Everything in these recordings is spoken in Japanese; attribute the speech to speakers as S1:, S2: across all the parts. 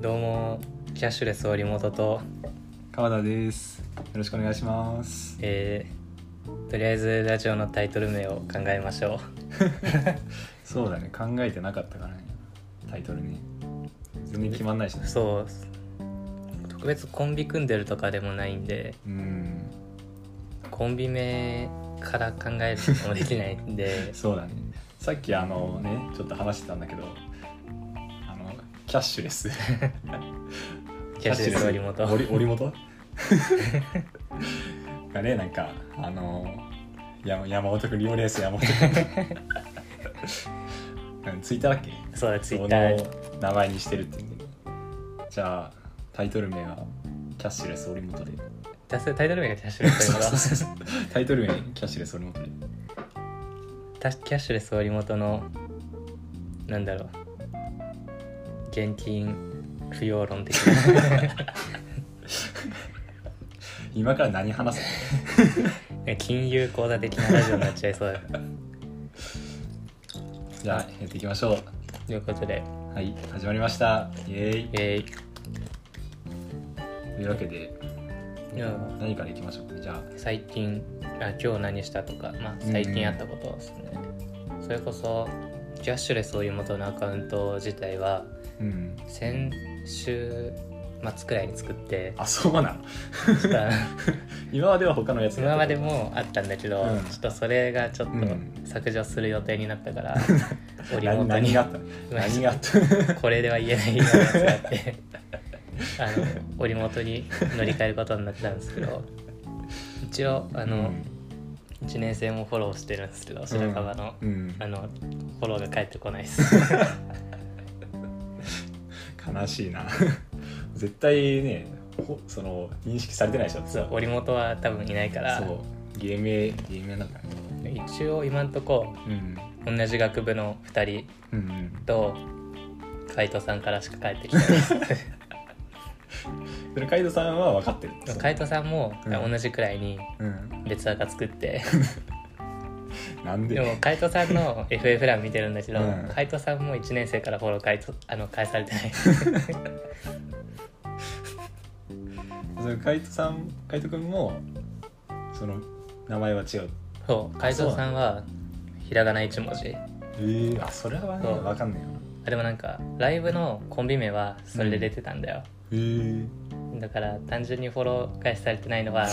S1: どうもキャッシュレス織本と、
S2: 川田ですよろしくお願いします
S1: えーとりあえずラジオのタイトル名を考えましょ
S2: そうだね考えてなかったからねタイトルね全然決まんないし
S1: う
S2: ね
S1: そう特別コンビ組んでるとかでもないんで
S2: うん
S1: コンビ名から考えることもできないん で
S2: そうだねさっきあのねちょっと話してたんだけどあのキャッシュレス
S1: キャッシュレス織本
S2: 織織元がねなんかあの山山本君リオレース 山本君うんツイッターだっけ
S1: そうだツイ
S2: そ
S1: ッ
S2: の
S1: ター
S2: 名前にしてるっていうんでじゃあタイトル名はキャッシュレス織 本で
S1: タイトル名がキャッシュレス織本
S2: タイトル名キャッシュレス織本で
S1: たキャッシュレス織本のなんだろう現金不要論的な
S2: 今から何話す
S1: 金融口座的なラジオになっちゃいそうだ
S2: のじゃあやっていきましょ
S1: ということで
S2: うはい始まりましたイエーイ
S1: イエーイ
S2: というわけで
S1: いや
S2: 何からいきましょうかねじゃあ
S1: 最近あ今日何したとか、まあ、最近あったことですね、それこそキャッシュレス織本のアカウント自体は
S2: うん
S1: 先週末くらいに作って
S2: あそうなの
S1: ち ょっとあの
S2: 今までは他のやつ
S1: 今まで
S2: も
S1: もあったんだけど、
S2: うん
S1: ちょっとそれがちょっと
S2: うん
S1: 削除する予定になった から織
S2: 何
S1: 本
S2: 何
S1: に
S2: があったの何があったの
S1: これでは言えないようなやつがあってあの織本に乗り換えることになったんですけど一応あの、1年生もフォローしてるんですけど白樺の、
S2: うんうん
S1: あのフォローが返ってこないです
S2: 悲しいな 絶対ねほその認識されてないでしょ
S1: そう織本は多分いないから
S2: そう芸名芸名なんだね
S1: 一応今んとこ
S2: うん
S1: 同じ学部の2人
S2: うんうん
S1: と海斗さんからしか返ってきてない です
S2: それカイドさんは分かってる
S1: 海斗さんも
S2: うん
S1: 同じくらいに
S2: うん
S1: 別アカ作って、
S2: なんで
S1: でも海斗さんの FF 欄見てるんだけど、
S2: うん
S1: 海斗さんも1年生からフォロー返とあの返されて ない
S2: それカイトさんカイト君もその名前は違う
S1: そう海斗さんはひらがな1文字
S2: えー、あそれはね
S1: そう
S2: 分かんないよな
S1: あでもなんかライブのコンビ名はそれで出てたんだよ、
S2: えー、
S1: だから単純にフォロー返しされてない のは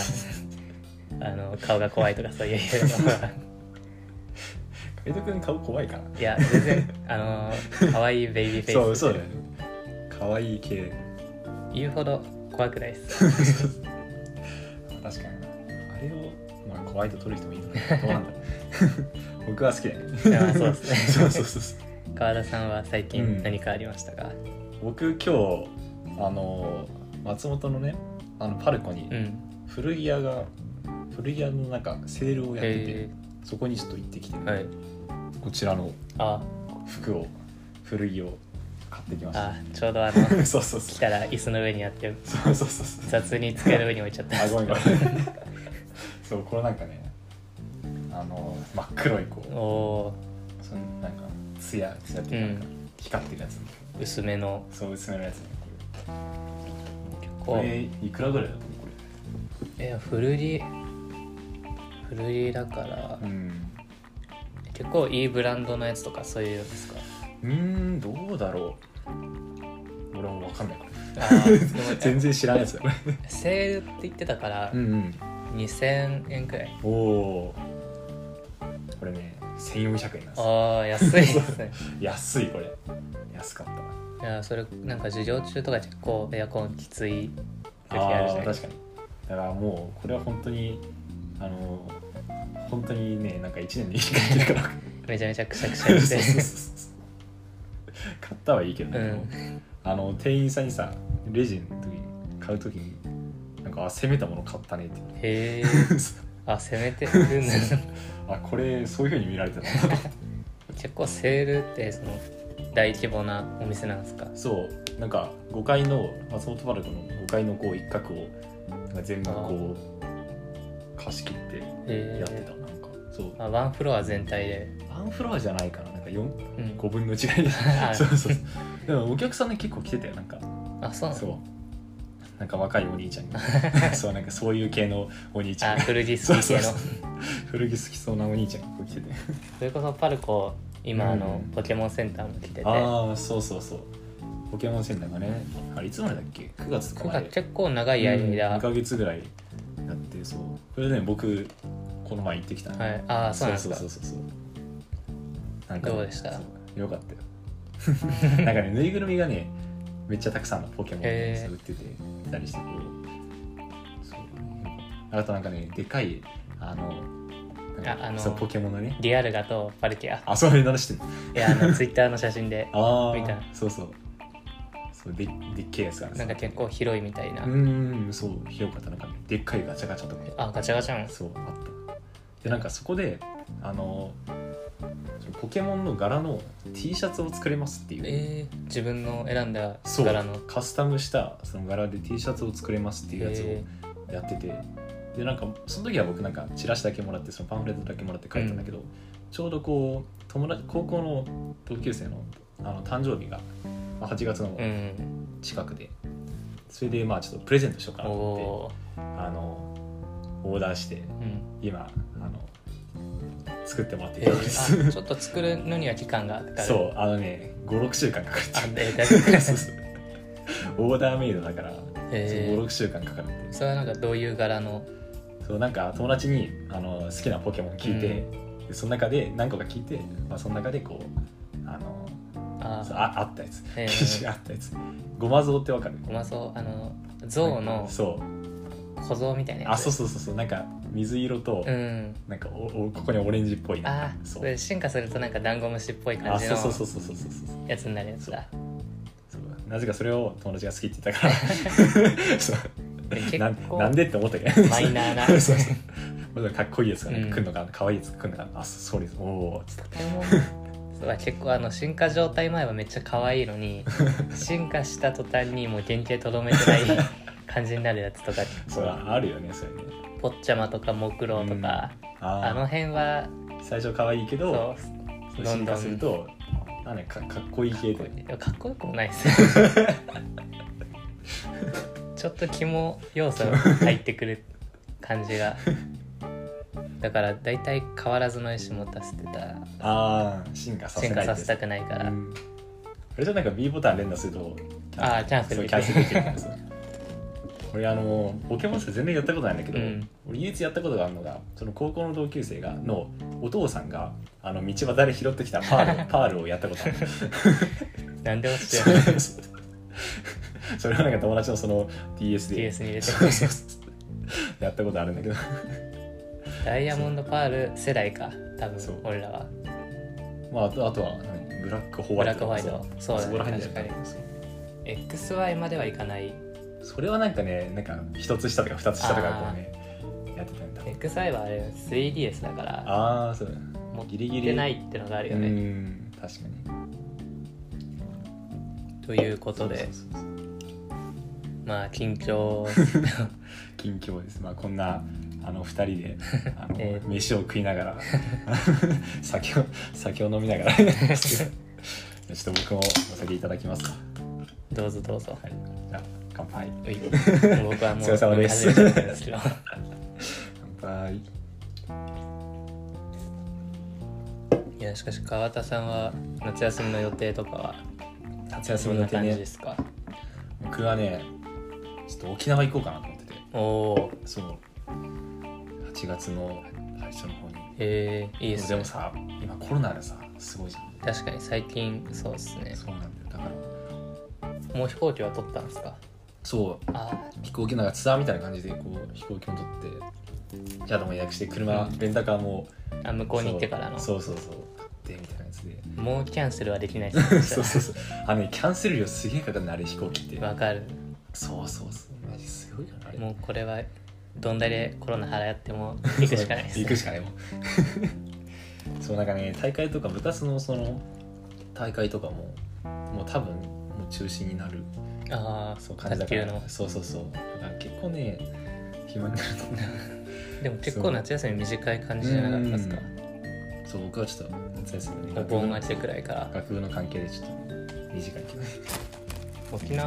S1: あの顔が怖いとかそういうのは
S2: カイト君顔怖いから
S1: いや 全然あの可愛いベイビーフ
S2: そう
S1: ェイス
S2: そうだよね可愛い系
S1: 言うほど怖くないです
S2: 確かにあれを、まあ、怖いと取る人もいるの かなどうなんだろう 僕は好きだよね
S1: いやそうですね
S2: そうそうそうそう
S1: 川田さんは最
S2: うん
S1: 近何かありましたか
S2: 僕今日あの松本のねあのパルコに
S1: うん、
S2: 古着屋が古着屋のなんかセールをやってて、
S1: へ
S2: そこにちょっと行ってきて、
S1: えはい
S2: こちらの
S1: あ
S2: 服を古着を買ってきまし
S1: あちょうどあの
S2: た そうそう
S1: 来
S2: そう
S1: たら椅子の上にあって
S2: そうそうそうそう
S1: 雑に机の上に置いちゃった
S2: あごめんごめん そうこれなんかねあの真っ黒いこう
S1: おお
S2: そのなんかツヤツヤっていうかなんか光ってるやつ、
S1: ー薄めの
S2: そう薄めのやつね
S1: 結
S2: こ
S1: 構
S2: れこれいくらぐらいだと思うこ
S1: いや古着古着だから、
S2: れうん
S1: 結構いいブランドのやつとかそういうのですか
S2: うーんどうだろう俺もわかんないから
S1: あーでも
S2: 全然知らないやつだこれ
S1: セールって言ってたから
S2: うんうん
S1: 2000円くらい
S2: おおこれね1400円なんですよ
S1: ああ安いですね
S2: 安いこれ安かった
S1: いやそれなんか授業中とか結構エアコンきつい時あるじ
S2: あ
S1: ゃ
S2: あ
S1: ないです
S2: 確かにだからもうこれは本当にあの本当にねなんか1年でいい感じだから
S1: かめちゃめちゃくしゃくしゃ
S2: そう
S1: に
S2: そうそう
S1: して
S2: そう買ったはいいけど、ね
S1: うん
S2: あの店員さんにさレジの時に買う時になんかあ攻めたもの買ったねって 言わ
S1: へえ
S2: れてそう
S1: あ攻めてるんだ
S2: あこれそういうふうに見られてたんだ
S1: 結構セールってその大規模なお店なんですか
S2: そうなんか5階の松本パルコの5階のこう一角をなんか全部こう貸し切ってや
S1: へ
S2: って
S1: え
S2: たなんかそう
S1: あワンフロア全体で、
S2: ワンフロアじゃないかななんか4
S1: うん、
S2: 5分の1ぐらい
S1: あ
S2: そうそうそうでもお客さんね結構来てたよなんか
S1: あそうな
S2: そう
S1: の
S2: なんか若いお兄ち ゃんがそうなんかそういう系のお兄ちゃん
S1: あ
S2: が
S1: 古着好き系の
S2: そうそう古着好きそうなお兄ちゃんがこう来てて
S1: それこそパルコ今、あの
S2: うん
S1: ポケモンセンターも来てて9
S2: ああそうそうそうポケモンセンターがねあれいつまでだっけ9月とかま
S1: 月
S2: で
S1: 結構長い間、
S2: 2ヶ月ぐらいやってそうそれでね僕この前行ってきたの
S1: はい、ああそうなんです
S2: そう
S1: か
S2: そうそうそうなん
S1: どうでした
S2: そうよかった よなんかねぬいぐるみがねめっちゃたくさんのポケモン
S1: へー
S2: そう売ってていたりしててそうあとなんかねでかいあのなんか
S1: ああの
S2: そうポケモンのね
S1: リアルガとパルキア
S2: あそういう話してる
S1: いやあ のツイッターの写真で
S2: ああ
S1: みたいな
S2: そうそうそうででっけえやつがあるさ
S1: なんか結構広いみたいな、
S2: うーんそう広かったなんかねでっかいガチャガチャとか
S1: あガチャガチャの
S2: そうあったでなんかそこであのそのポケモンの柄の T シャツを作れますっていう、
S1: えー、自分の選んだ
S2: そう
S1: 柄の
S2: カスタムしたその柄で T シャツを作れますっていうやつ
S1: え
S2: をやってて、でなんかその時は僕なんかチラシだけもらってそのパンフレットだけもらって書いたんだけど、ちょうどこう友達高校の同級生のあの誕生日がまあ8月の
S1: ーうん
S2: 近くで、それでまあちょっとプレゼントしようかな
S1: お
S2: と思って
S1: お
S2: あのオーダーして
S1: ー、うん
S2: 今あの作ってもらってい
S1: え
S2: たんです、
S1: ー、あちょっと作るのには期間がかかる
S2: そうあのね56週間かか
S1: あ
S2: っ
S1: でだいぶ
S2: てそうそう オーダーメイドだから、
S1: えー
S2: 56週間かかるって
S1: それはなんかどういう柄の
S2: そうなんか友達にあの好きなポケモン聞いて、でその中で何個か聞いて、まあ、その中でこうあの
S1: あ
S2: そう
S1: ー
S2: ああったやつ
S1: えー
S2: 記事があったやつゴマゾウってわかる
S1: ごまそうあの象の
S2: そう
S1: 小僧みたいなやつ
S2: あそうそうそうそうなんか水色と、
S1: うん
S2: なんかおおここにオレンジっぽいな
S1: あ
S2: そ
S1: そうれ進化するとなんかダンゴムシっぽい感
S2: あ
S1: じ
S2: そう
S1: の
S2: そうそうそうそうそうそう
S1: やつになるやつだ
S2: そうなぜかそれを友達が好きって言ったか らそう
S1: で結
S2: なん
S1: 構
S2: なんでって思ったけど
S1: マイナーな
S2: そうそうそうまあかっこいいやつが、ね
S1: うん
S2: 来んのかなかわいいやつ来んのかなあそうですおおーっつっ
S1: ポケモンそう結構あの進化状態前はめっちゃ可愛いの に進化した途端にもう原型とどめてない 感じになるやつとか
S2: てそうあるよねそれね
S1: ポッチャマとかモクロウとか、あの
S2: あ
S1: 辺は
S2: あ最初かわいいけ
S1: そ
S2: ど
S1: う
S2: そう
S1: どん
S2: 進
S1: どん
S2: 化するとなんだねかかっこいい系で
S1: いやかっこよくもない ですよちょっと肝要素が入ってくる感じがだから大体変わらずの意思持たせてたら
S2: ああ進化させ
S1: 進
S2: な
S1: 化
S2: い
S1: させたくないから、
S2: うんあれじゃなんか B ボタン連打すると
S1: あーキャンセル
S2: そう
S1: で
S2: キ
S1: きる
S2: ャンセルできる からさ俺あのポケモンスター全然やったことないんだけど、
S1: うん
S2: 俺唯一やったことがあるのがその高校の同級生がのお父さんがあの道端で拾ってきたパ ールパールをやったことある
S1: なんで落ち
S2: そ
S1: てる
S2: れ それをなんか友達のその DS で
S1: DS に入れて
S2: そうそうそう やったことあるんだけど
S1: ダイヤモンドパール世代か多
S2: そう
S1: 分俺らは
S2: まああとあとは何ブラックホワイト
S1: ブラックホワイトそうだね
S2: そこら辺だよ
S1: 確 XY まではいかない
S2: それはなんかねなんか一つ下とか二つ下とかこうねやってたんだ
S1: XY はあれ 3DS だから
S2: ああそうだ
S1: 持っ
S2: ギリギリ
S1: てないってのがあるよね、
S2: うん確かに
S1: ということで
S2: そうそうそう
S1: まあ緊 張
S2: 近況ですまあこんなあの二人であの、
S1: えー
S2: 飯を食いなが ら酒を酒を飲みながらちょっと僕もお酒いただきますか
S1: どうぞどうぞ
S2: はいじゃあ乾杯
S1: うい 僕はもう
S2: お疲れ様です
S1: 飲み始めちゃったんですけど
S2: 乾杯
S1: いやしかし川田さんは夏休みの予定とかは
S2: 夏休みの予定
S1: どんな感じ
S2: ね
S1: ですか
S2: 僕はねちょっと沖縄行こうかなと思ってて
S1: おおー
S2: そう8月の最初の方に
S1: えー、いいです
S2: で
S1: ね
S2: もさ今コロナでさすごいじゃん
S1: 確かに最近そうですね
S2: そうなんだよだから
S1: もう飛行機は取ったんですか
S2: そう
S1: あ
S2: 飛行機なんかツアーみたいな感じでこう飛行機も取って宿も予約して車レンタカーも
S1: ーあ向こうに行ってからの
S2: そうそうそう買ってみたいなやつ で
S1: もうキャンセルはできないですね
S2: そうそうそうあのねキャンセル料すげえかかるのあれ飛行機って
S1: わかる
S2: そうそうそうマジすごいよなあれ
S1: もうこれはどんだけコロナ払って も行くしかないです、ね、
S2: 行くしかないもん そうなんかね大会とか部活のその大会とかももう多分もう中止になる
S1: ああ
S2: そう感じだ
S1: 卓
S2: か
S1: 球の
S2: らそうそうそうだから結構ね暇になると思 う
S1: でも結構夏休み短い感じじゃなかったですか
S2: そう僕はちょっと夏休みで
S1: お盆明けくらいから
S2: 学部の関係でちょっと短いけどね
S1: 沖縄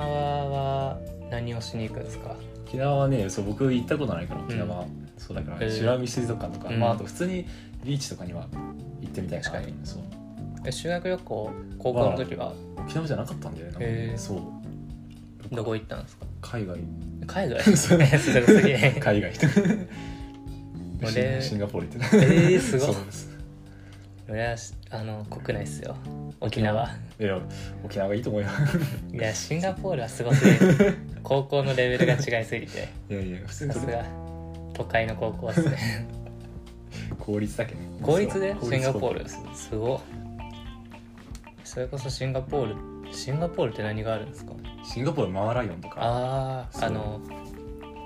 S1: は何をしに行くんですか
S2: 沖縄はねそう僕行ったことないから沖縄、そうだから、
S1: えー
S2: 白海水族館とか、
S1: うん
S2: まあ、あと普通にビーチとかには行ってみたいな
S1: 確かに
S2: そう
S1: え修学旅行高校の時は
S2: 沖縄じゃなかったんだよねなんか
S1: えー
S2: そう
S1: どこ行ったん ですか
S2: 海 外
S1: 海外
S2: そう
S1: すごすぎね
S2: 海外
S1: 俺
S2: シンガポール行って
S1: え
S2: た
S1: ー、すご
S2: そ
S1: いう
S2: です
S1: 俺はしあの国内っすよ沖縄
S2: いや沖縄がいいと思うよ
S1: いやシンガポールはすごすぎる高校のレベルが違いすぎて
S2: いやいや普通
S1: さ
S2: に
S1: す
S2: それ
S1: が都会の高校っすね
S2: 公立だけどね
S1: 公立で
S2: そう
S1: シンガポー
S2: 公
S1: ル
S2: 立高校です
S1: すごっそれこそシンガポールシンガポールって何があるんですか
S2: シンガポールマーライオンとか
S1: ああ
S2: そう
S1: あの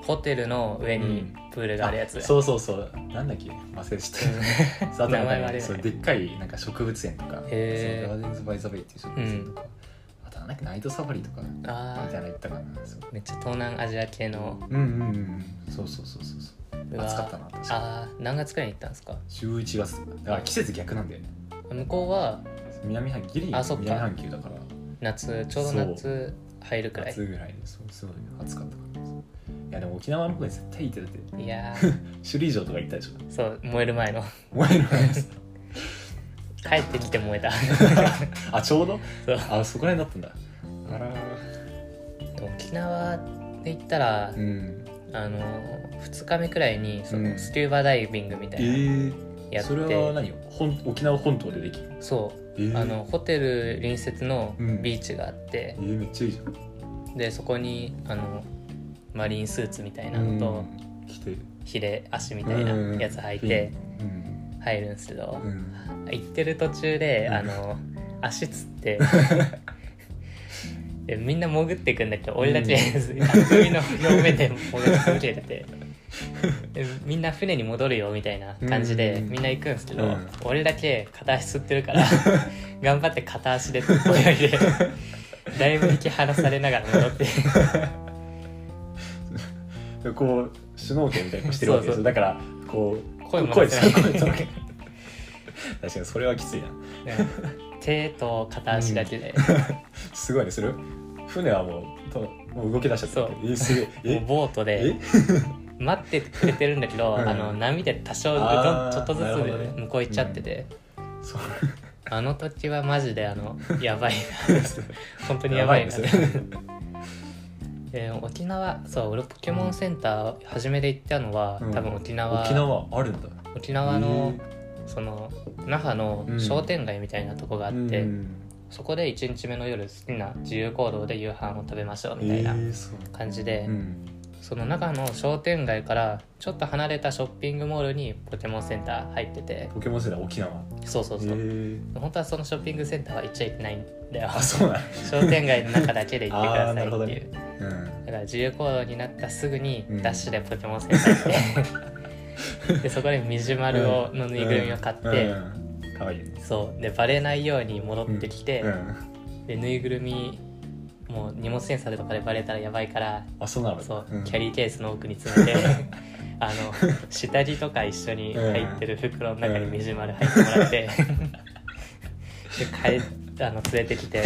S1: ホテルの上にプールがあるやつ、
S2: そうそうそうなんだっけ忘れちゃった
S1: う
S2: そうあとなん
S1: 名前
S2: か
S1: はね
S2: ね、そうでっかいなんか植物園とか、
S1: へー
S2: そうガーデンズ・バイ・ザ・ベイっていう植物園とか、あとなんかナイトサファリとかみ
S1: んあ
S2: たい
S1: ー
S2: なの行ったかな。そう
S1: めっちゃ東南アジア系の
S2: うんうんうんうん。そうそうそうそうそう。
S1: うわ
S2: 暑かったな確かに。
S1: あー何月くらいに行ったんですか
S2: 十一月。あ季節逆なんだよね。
S1: 向こうは
S2: 南半ギリ
S1: あそっか
S2: 南半球だから
S1: 夏ちょうど夏入るくらい
S2: 夏ぐらいでそうすごい暑かったから。そういやでも沖縄の方で絶対行ってたって
S1: いやー
S2: 首里城とか行ったでしょ。
S1: そう燃える前の
S2: 前の話です。
S1: 帰ってきて燃え た
S2: あちょうど。
S1: そう
S2: あそこら辺だったんだ。あら。
S1: 沖縄で行ったら、
S2: うん。
S1: あの2日目くらいにそうの
S2: ん
S1: スキューバダイビングみた
S2: え
S1: いな
S2: ー。
S1: やって、
S2: それは何本沖縄本島でできる、
S1: そう
S2: えー
S1: あのホテル隣接のビーチがあって
S2: え、ーめっちゃいいじゃん
S1: でそこにあのマリンスーツみたいなのと
S2: うん着て
S1: ヒレ足みたいなやつ履いて
S2: うん
S1: 入るんですけど
S2: うんうん
S1: 行ってる途中で
S2: うん
S1: あの足つって でみんな潜っていくんだけど俺だけ 海の表面で潜り続けててでみんな船に戻るよみたいな感じで
S2: うん
S1: みんな行くんですけど、
S2: うん
S1: 俺だけ片足つってるから頑張って片足で泳いでだいぶ引き離されながら戻 って。
S2: でこうシュノーケルみたいなのしてるわけです
S1: そうそう
S2: よだからこう
S1: 声も
S2: 声
S1: 出
S2: で
S1: せ
S2: す
S1: ない
S2: 声です確かにそれはきついな
S1: うん手と片足だけで、
S2: すごいねそれ船はもうともう動き出しちゃった
S1: そう
S2: えーすげ
S1: もう
S2: え
S1: ボートで
S2: え
S1: 待ってくれてるんだけど、
S2: うん
S1: あの波で多少うど
S2: あ
S1: ん
S2: ー
S1: ちょっとずつ
S2: なるほどね
S1: 向こう行っちゃってて、
S2: そう
S1: あの時はマジであ のやばいな本当にや
S2: や
S1: ば
S2: ば
S1: い
S2: い
S1: な
S2: で
S1: っ
S2: す
S1: て
S2: ね
S1: えー沖縄そう俺ポケモンセンター初めて行ったのは、
S2: うん
S1: 多分沖縄
S2: 沖縄あるんだ
S1: 沖縄の、その那覇の
S2: うん
S1: 商店街みたいなとこがあ
S2: あ
S1: って、そこで1日目の夜好きな自由行動で夕飯を食べましょうみたいな
S2: えーそう
S1: 感じで、
S2: うん
S1: その中の商店街からちょっと離れたショッピングモールにポケモンセンター入ってて
S2: ポケモンセンター沖縄
S1: そうそうそう、
S2: えー
S1: 本当はそのショッピングセンターは行っちゃいけないんだよ
S2: あそうなん
S1: 商店街の中だけで行って くださいっていう、
S2: うん
S1: だから自由行動になったすぐに
S2: うん
S1: ダッシュでポケモンセンター行って、 でそこでミジュマルをのぬいぐるみを買って、
S2: うんうんかわいいね
S1: そうでバレないように戻ってきて、
S2: うん
S1: でぬいぐるみもう荷物センサーとかでバレたらやばいから
S2: あそうなの
S1: そう、
S2: ん
S1: キャリーケースの奥に詰めて あの下着とか一緒に入ってる袋の中にミジュマル入ってもらって、で帰っあの連れてきて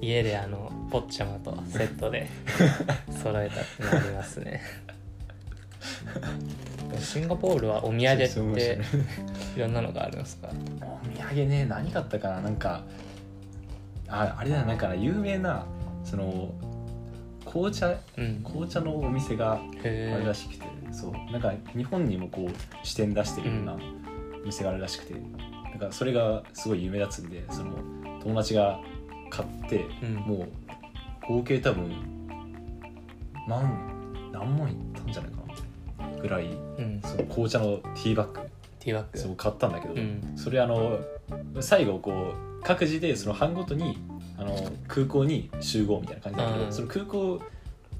S1: 家であのポッチャマとセットで揃えたってのあります ねシンガポールはお土産
S2: そうそう
S1: っ
S2: 面白い
S1: ていろんなのがあるんですか
S2: お土産ね何買ったかななんかああれだよなんか有名なその紅茶
S1: うん
S2: 紅茶のお店が
S1: へ
S2: あるら
S1: え
S2: しくて、そうなんか日本にもこう支店出してるよう
S1: う
S2: なお店があるらしくて、なんかそれがすごい有名だっつんでその友達が買って、
S1: うん
S2: もう合計多分万何万いったんじゃないかなぐらい
S1: うん
S2: その紅茶のティーバッグ
S1: ティーバッグ
S2: そう買ったんだけど、
S1: うん
S2: それあの最後こう各自でその班ごとにあの空港に集合みたいな感じだけど、
S1: うん
S2: その空港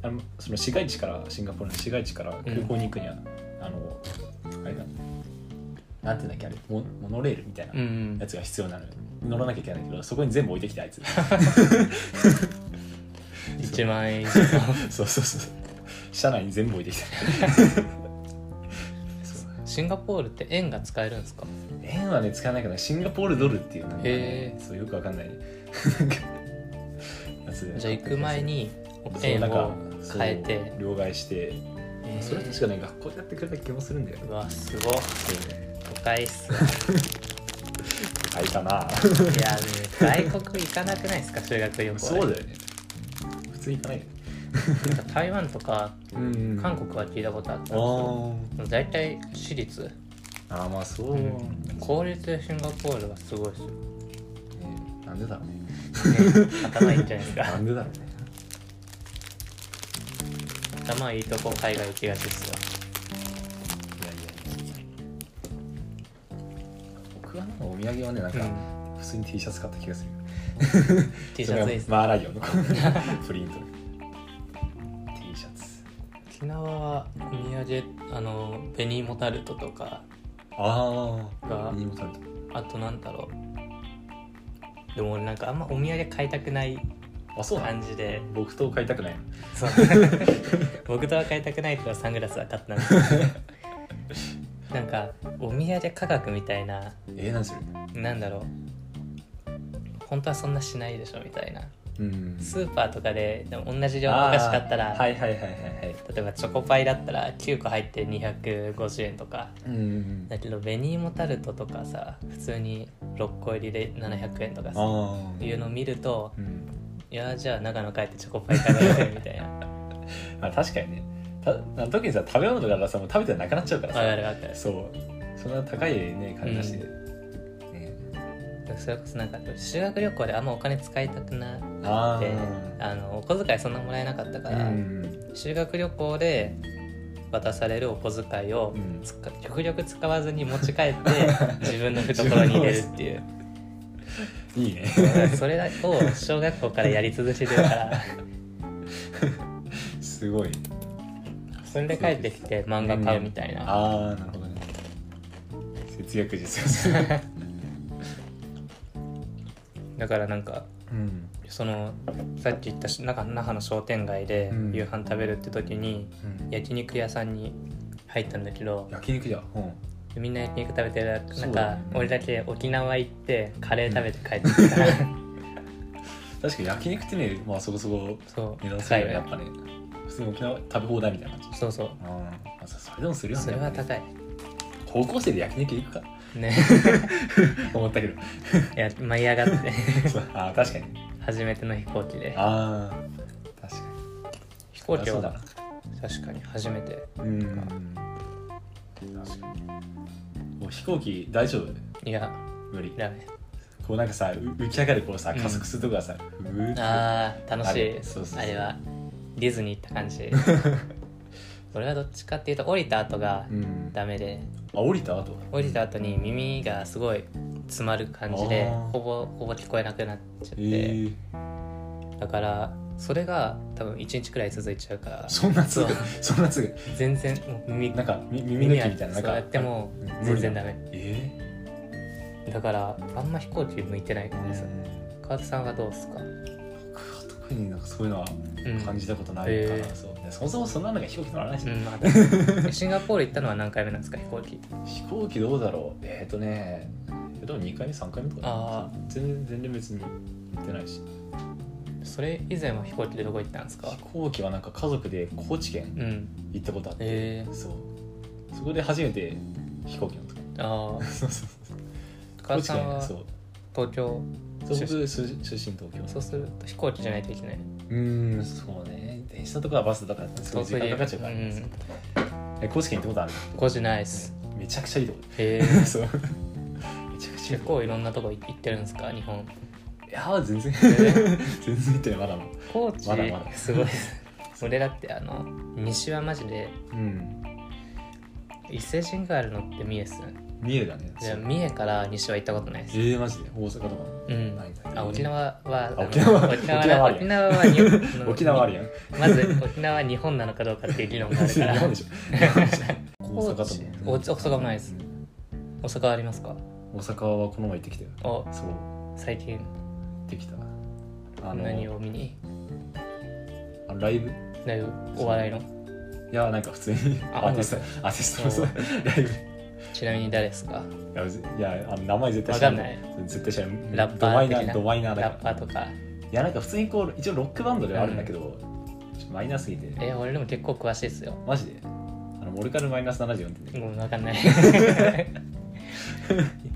S2: あのその市街地からシンガポールの市街地から空港に行くには、あのあれだなんていうんだっけあれモモノレールみたいな
S1: うんうん
S2: やつが必要なのよ、乗らなきゃいけないんだけどそこに全部置いてきてあいつ
S1: 1万 円以上
S2: そうそうそう車内に全部置いてきてそう
S1: シンガポールって円が使えるんですか
S2: 円はね使わないけどシンガポールドルっていうのが、
S1: へ
S2: ね、そうよくわかんないいやつで
S1: じゃあ行く前に
S2: そう
S1: 円
S2: なんか
S1: を変えて
S2: そう両替して、
S1: えー
S2: それ確かね学校でやってくれた気もするんだよね
S1: うわすごっ都会っ すね
S2: 書いたな
S1: いやね外国行かなくないですか修学旅行
S2: そうだよね普通行かないよね
S1: なんか台湾とか
S2: うん
S1: 韓国は聞いたことあったんです
S2: あ
S1: よ
S2: ー
S1: 大体私立
S2: あーまあそう、
S1: う
S2: ね
S1: ん公立でシンガポールはすごいっすよ
S2: なんでだろうね
S1: ね頭いいんじゃないです
S2: な
S1: か
S2: んでだろうね
S1: 頭いいとこ海外行きがちですよ
S2: いやいやいや僕はなんかお土産はねなんか、
S1: うん
S2: 普通に T シャツ買った気がする
S1: T シャツいいっす
S2: マーライオンのこうプリント T シャツ
S1: 沖縄はお土産あの紅芋タルトとか
S2: あ
S1: が
S2: 荷物あると
S1: あとなんだろうでも俺なんかあんまお土産買いたくない
S2: あそうなの
S1: 感じで
S2: 僕と買いたくないの
S1: そう 僕とは買いたくないからサングラスは買ったんですけどなんかお土産価格みたいな
S2: えー、何する
S1: なんだろう本当はそんなしないでしょみたいな
S2: うん
S1: スーパーとかででも同じ量のお菓子買ったら、
S2: あーはいはいはいはいはい
S1: 例えばチョコパイだったら9個入って250円とか
S2: うんうん
S1: だけど紅芋タルトとかさ普通に6個入りで700円とか
S2: あ
S1: さ
S2: あ
S1: いうのを見ると
S2: うん
S1: いやじゃあ長野帰ってチョコパイ食べようよみたいなわ
S2: まあ確かにねた特にさ食べ物とかだとさもう食べてなくなっちゃうから
S1: か
S2: さ
S1: るわかる
S2: そうそんな高いね金出して、ね
S1: それこそなんか修学旅行であんまお金使いたくな
S2: あ
S1: くてあのお小遣いそんなもらえなかったか
S2: あう
S1: ら、
S2: ん
S1: 修学旅行で渡されるお小遣いを
S2: うん
S1: つか極力使わずに持ち帰っ て自分の懐に入れるっていう
S2: いいね
S1: それを小学校からやり続けてる から
S2: すごい
S1: それで帰ってきて漫画買うみたいな、
S2: ああなるほどね節約術
S1: だからなんか
S2: うん
S1: そのさっき言ったし中那覇の商店街で
S2: うん
S1: 夕飯食べるって時に
S2: うん
S1: 焼肉屋さんに入ったんだけど
S2: 焼肉じゃんうん
S1: みんな焼肉食べてる
S2: そ
S1: 中、
S2: うだね
S1: 俺だけ沖縄行ってカレー食べて帰ってきたから
S2: 確かに焼肉ってねまあそこそこ
S1: そう
S2: 値段す
S1: 高
S2: る
S1: い
S2: よ
S1: よね
S2: ねやっぱね普通に沖縄食べ放題みたいな感じ
S1: そうそう
S2: うんまあそそれでもするよね
S1: それは高い
S2: 高校生で焼肉行くか
S1: ね
S2: 思ったけど
S1: いや舞い上がって
S2: そうああ確かに
S1: 初めての飛行機で
S2: ああ確か
S1: 飛行
S2: に
S1: 機
S2: そう
S1: は
S2: だ
S1: 確かに初めて
S2: なうん確かにもう飛行機大丈夫
S1: いや
S2: 無理
S1: ダメ
S2: こうなんかさう浮き上がるこうさ
S1: うん
S2: 加速するとこがさ、うーって
S1: あー楽し
S2: あ
S1: い
S2: れそうそうそう
S1: あれはディズニー行った感 じ俺はどっちかっていうと降りた後が
S2: うん
S1: ダメで
S2: あ降りた後
S1: 降りた後に耳がすごい詰まる感じで
S2: あー
S1: ほぼほぼ聞こえなくなっちゃって、
S2: え
S1: だからそれが多分1日くらい続いちゃうから
S2: ー、そんなすぐ
S1: そ
S2: そんなすぐ
S1: 全然もう耳
S2: なんかみ耳抜きみたいななん
S1: そう
S2: か
S1: やっても
S2: うん無理だ
S1: 全然ダメ
S2: え
S1: だからあんま飛行機向いてない
S2: ー、
S1: んですよ川田さんはどうですか、
S2: 僕は特になんかそういうのは
S1: うん
S2: 感じたことないから、
S1: えー
S2: そうでそもそもそんなのが飛行機乗らないし、
S1: うん まあシンガポール行ったのは何回目なんですか飛行機
S2: 飛行機どうだろうえっ、ー、とねでも2回目3回目とか
S1: あ
S2: 全然全然別に行ってないし
S1: それ以前は飛行機でどこ行ったんですか
S2: 飛行機はなんか家族で高知県
S1: うん
S2: 行ったことあって、
S1: え
S2: そうそこで初めて飛行機乗った
S1: ー、ああ
S2: そうそうそう
S1: 川田さんは
S2: そう
S1: 東京
S2: そう
S1: 出
S2: 僕出身東京
S1: そうすると飛行機じゃないといけない
S2: うんそうね電車とかバスだからすごい時間かかっちゃうから、
S1: うん
S2: え高知県行ったこと
S1: 5時ないっす
S2: あるめちゃくちゃいいとこ
S1: へえ
S2: そうめちゃくちゃいい
S1: 結
S2: とこ
S1: 構いろんなとこ行ってるんですか日本
S2: いや全然全然行ってないまだまだ
S1: 高知
S2: まだまだ
S1: すごいです俺だってあの西はマジで
S2: うん
S1: 伊勢神宮あるのって三重っすよね
S2: 三重だね
S1: じゃあ
S2: そう
S1: 三重から西は行ったことないで
S2: え
S1: す
S2: ー、マジで大阪とか
S1: うん
S2: ないんだ
S1: あ沖縄はあの
S2: 沖縄
S1: 沖縄
S2: 沖縄
S1: は
S2: あるやん
S1: 沖縄は日本
S2: 沖縄あるやん
S1: まず沖縄は日本なのかどうかっていう議論がある
S2: 日
S1: から
S2: 本でしょ日本でしょ
S1: 高
S2: 大
S1: 知
S2: 阪とも
S1: お大阪もないです
S2: うん
S1: 大阪ありますか
S2: 大阪はこの前行ってきたよ
S1: お
S2: そう
S1: 最近
S2: 行ってきたあ
S1: 何
S2: の
S1: を見に
S2: あライブい
S1: だいぶお笑いの
S2: やなんか普通に
S1: あ
S2: アーティストアーティストのそうライブ
S1: ちなみに誰ですか
S2: いや別にいやあの名前絶対知らない
S1: わ
S2: 絶対知らない
S1: ラッパー
S2: ドマイナ
S1: 的な
S2: ードマイナーだ
S1: ラッ
S2: か
S1: パーとか
S2: いやなんか普通にこう一応ロックバンドではあるんだけど、ちょっとマイナーすぎて
S1: え俺でも結構詳しいですよ
S2: マジであのモルカルマイナス74って
S1: ご
S2: ね、
S1: めん分かんない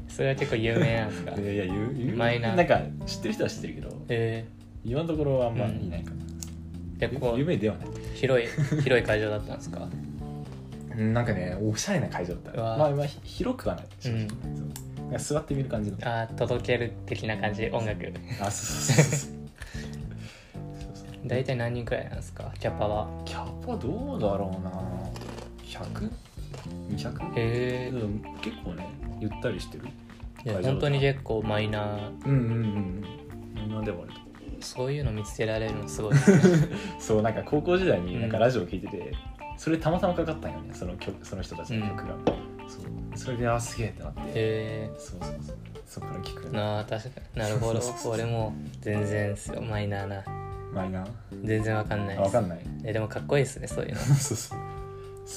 S1: それは結構有名なんですか
S2: いやいや言う言う
S1: マイナー
S2: なんか知ってる人は知ってるけど
S1: え
S2: 今のところはあんまいないかな、
S1: ー、結構
S2: 夢ではない
S1: 広い広い会場だったんですか
S2: うんなんかねおしゃれな会場だった
S1: うわ
S2: まあまあひ広くはない、正直そうなんか座ってみる感じの
S1: あー届ける的な感じ音楽
S2: あそうそうそうそうそうそう
S1: 大体何人くらいなんですかキャパは
S2: キャパどうだろうな 100?200?
S1: へえ
S2: うん結構ねゆったりしてる
S1: いや本当に結構マイナー
S2: うんうんうんなんでもある
S1: そういうの見つけられるのすごいですね
S2: そうなんか高校時代になんか
S1: うん
S2: ラジオ聞いてて、それたまたまかかったんよねその曲その人たちの曲が、そうそれであすげえってなって、
S1: へ
S2: そうそうそうそこから聞くよ
S1: え
S2: うな
S1: なあ確かになるほど
S2: そうそうそう
S1: 俺も全然ですよマイナーな
S2: マイナー
S1: 全然わかんない
S2: あ
S1: で
S2: わ
S1: す
S2: かんない
S1: えでもかっこいいですねそういうの
S2: そうそう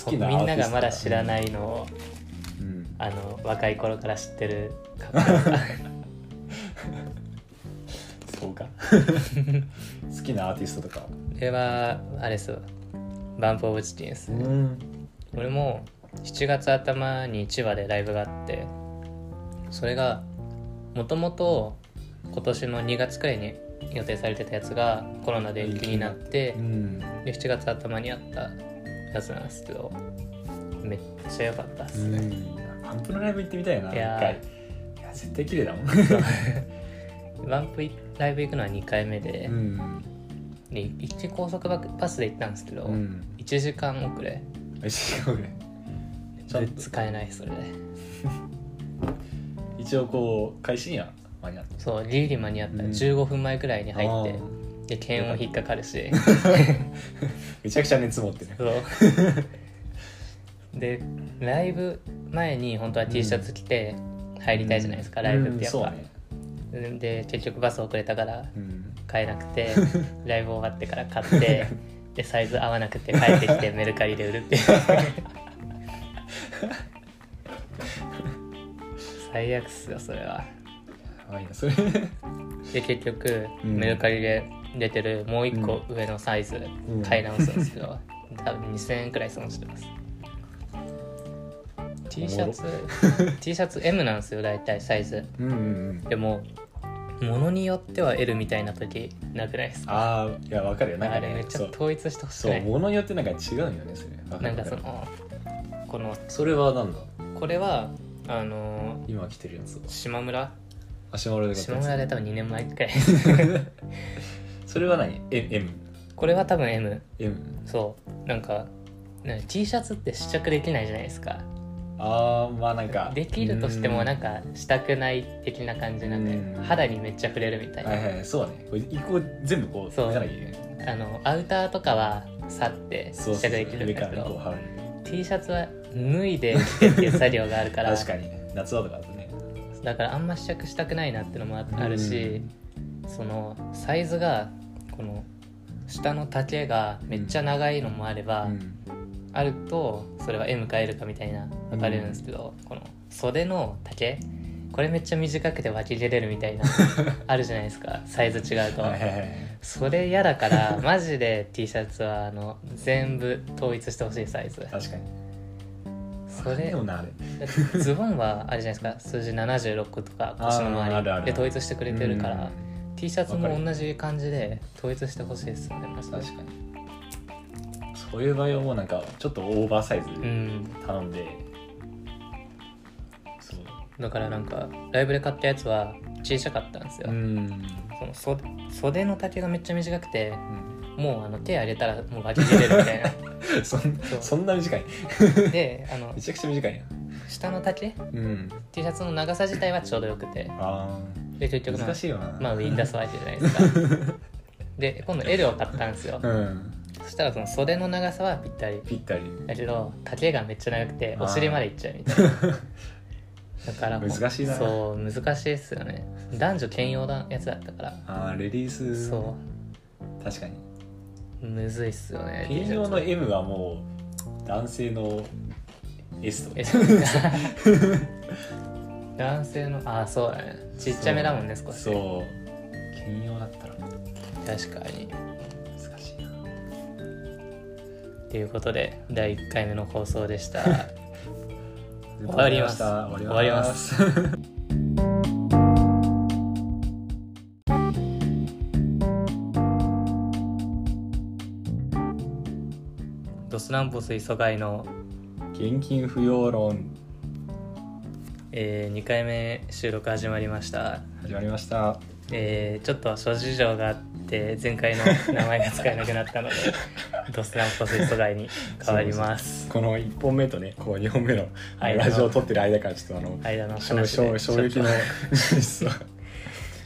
S2: 好きな、
S1: みんながまだ知らないいのを
S2: うん、
S1: あの若い頃から知ってるかっこ いいな
S2: そうか 好きなアーティストと か
S1: これはあれですよバンプ・オブ・チキンです
S2: うん
S1: 俺も7月頭に千葉でライブがあってそれがもともと今年の2月くらいに予定されてたやつがコロナで延期になって
S2: うん
S1: で7月頭にあったやつなんですけどめっちゃ良かったっ
S2: う
S1: すね、
S2: んパンプのライブ行ってみたいない
S1: やー
S2: 一回いや絶対綺麗だもん
S1: バンプいライブ行くのは2回目で,、
S2: ん
S1: で一時高速バパスで行ったんですけど、
S2: うん
S1: 1時間遅れ
S2: 美味しいよねち
S1: そ
S2: ゃ
S1: れ
S2: んと
S1: 使えないそれで
S2: 一応こう開始には間に合って
S1: そうギリギリ間に合った
S2: うん
S1: 15分前くらいに入って、
S2: あー
S1: で検温引っかかる し
S2: めちゃくちゃ熱持ってね
S1: そうでライブ前に本当は T シャツ着て入りたいじゃないですか、ライブってやっ
S2: うん
S1: ぱ
S2: そう、ね
S1: で結局バス遅れたから
S2: うん
S1: 買えなく てライブ終わってから買ってでサイズ合わなくて帰ってき てメルカリで売るっていう最悪っすよそれは
S2: あいいなそれ
S1: で結局
S2: うん
S1: メルカリで出てるもう一個上のサイズ
S2: うん
S1: 買い直すんですけど、 多分2000円くらい損してます T シャツ T シャツ M なんですよ大体サイズ
S2: うんうんうん
S1: でも物によっては L みたいな時なくないですか
S2: ああいやわかるよなん
S1: あ
S2: か
S1: れめ
S2: ね
S1: っちゃ
S2: そう
S1: 統一してほしく
S2: そ
S1: な
S2: う
S1: い
S2: 物によってなんか違うんよねそれわ
S1: な
S2: る
S1: ん
S2: わ
S1: か
S2: る
S1: そのこの
S2: それはなんだ
S1: これはあの
S2: 今着てるやつを
S1: 島村
S2: 足丸で買った
S1: 島
S2: やつ
S1: 村で多分2年前 くらい
S2: それは何 M?
S1: これは多分 M
S2: M?
S1: そうなんかなんか T シャツって試着できないじゃないですか
S2: ああまあなんか
S1: できるとしてもなん
S2: か
S1: かしたくない的な感じなんで
S2: うん
S1: 肌にめっちゃ触れるみたいな、
S2: はいはいそうだねこれ一個全部こう
S1: そう
S2: じゃなきゃいけない
S1: あのアウターとかはさって試
S2: そう
S1: 着
S2: そう
S1: できるん
S2: 上
S1: だ
S2: から
S1: け
S2: ねこう
S1: ど
S2: 貼る
S1: T シャツは脱いで着てっていう作業があるから
S2: 確かに夏場とかだとね
S1: だからあんま試着したくないなってのもああるし、そのサイズがこの下の丈がめっちゃ長いのもあれば、
S2: うん
S1: あるとそれは M か L かみたいな分かれるんですけど、この袖の丈これめっちゃ短くて脇切れるみたい なあるじゃないですかサイズ違うと、
S2: はいはいはい
S1: それ嫌だからマジで T シャツはあの全部統一してほしいサイズ
S2: 確かに
S1: そ
S2: あ
S1: れ
S2: でもなあれ
S1: だってズボンはあれじゃないですか数字76個とか腰の
S2: あーあるあ
S1: 周りで
S2: る
S1: 統一してくれてるから
S2: う、ん
S1: T シャツ
S2: わか
S1: も
S2: る
S1: 同じ感じで統一してほしいですよねマジで
S2: 確かにそういう場合はもうなんかちょっとオーバーサイズ
S1: うん
S2: 頼んで、そう
S1: だからなんかライブで買ったやつは小さかったんですよ、
S2: ん
S1: その袖袖の丈がめっちゃ短くてもうあの手あげたらもう脇切れるみたい な
S2: そん
S1: そう
S2: そんな短い
S1: であの
S2: めちゃくちゃ短いな
S1: 下の丈
S2: うん
S1: T シャツの長さ自体はちょうどよくて
S2: あ
S1: で結
S2: ー
S1: 局まあ
S2: 難しいよな
S1: まあ、ウィンダースワイじゃないですか で今度 L を買ったんですよ
S2: うん
S1: そしたらその袖の長さはぴったり
S2: ぴったり
S1: だけど丈がめっちゃ長くて
S2: あー
S1: お尻までいっちゃうみたい なだから
S2: 難しいな
S1: そう難しいっすよね男女兼用なやつだったから
S2: あーレディース
S1: そ
S2: 確かに
S1: うむずいっすよね
S2: 兼用の M はもう男性の S と
S1: え男性のあそうだねちっちゃめだもんね少し
S2: そう専用だったら難
S1: 確かに
S2: しいな
S1: ということで第1回目の放送で した
S2: 終わりました
S1: 終わります
S2: 終わります
S1: ドスランポス磯貝の、
S2: 現金不要論
S1: え2回目収録始まりました、
S2: 始まりました
S1: えーちょっと諸事情があって前回の名前が使えなくなったの でドスランポス磯貝に変わります
S2: この1本目とねこう2本目のあの
S1: 間の
S2: ラジオを撮ってる間からちょっとあの
S1: 間の
S2: 衝
S1: 話
S2: 衝
S1: で
S2: 衝撃
S1: ちょ
S2: の
S1: っ
S2: 事実を
S1: と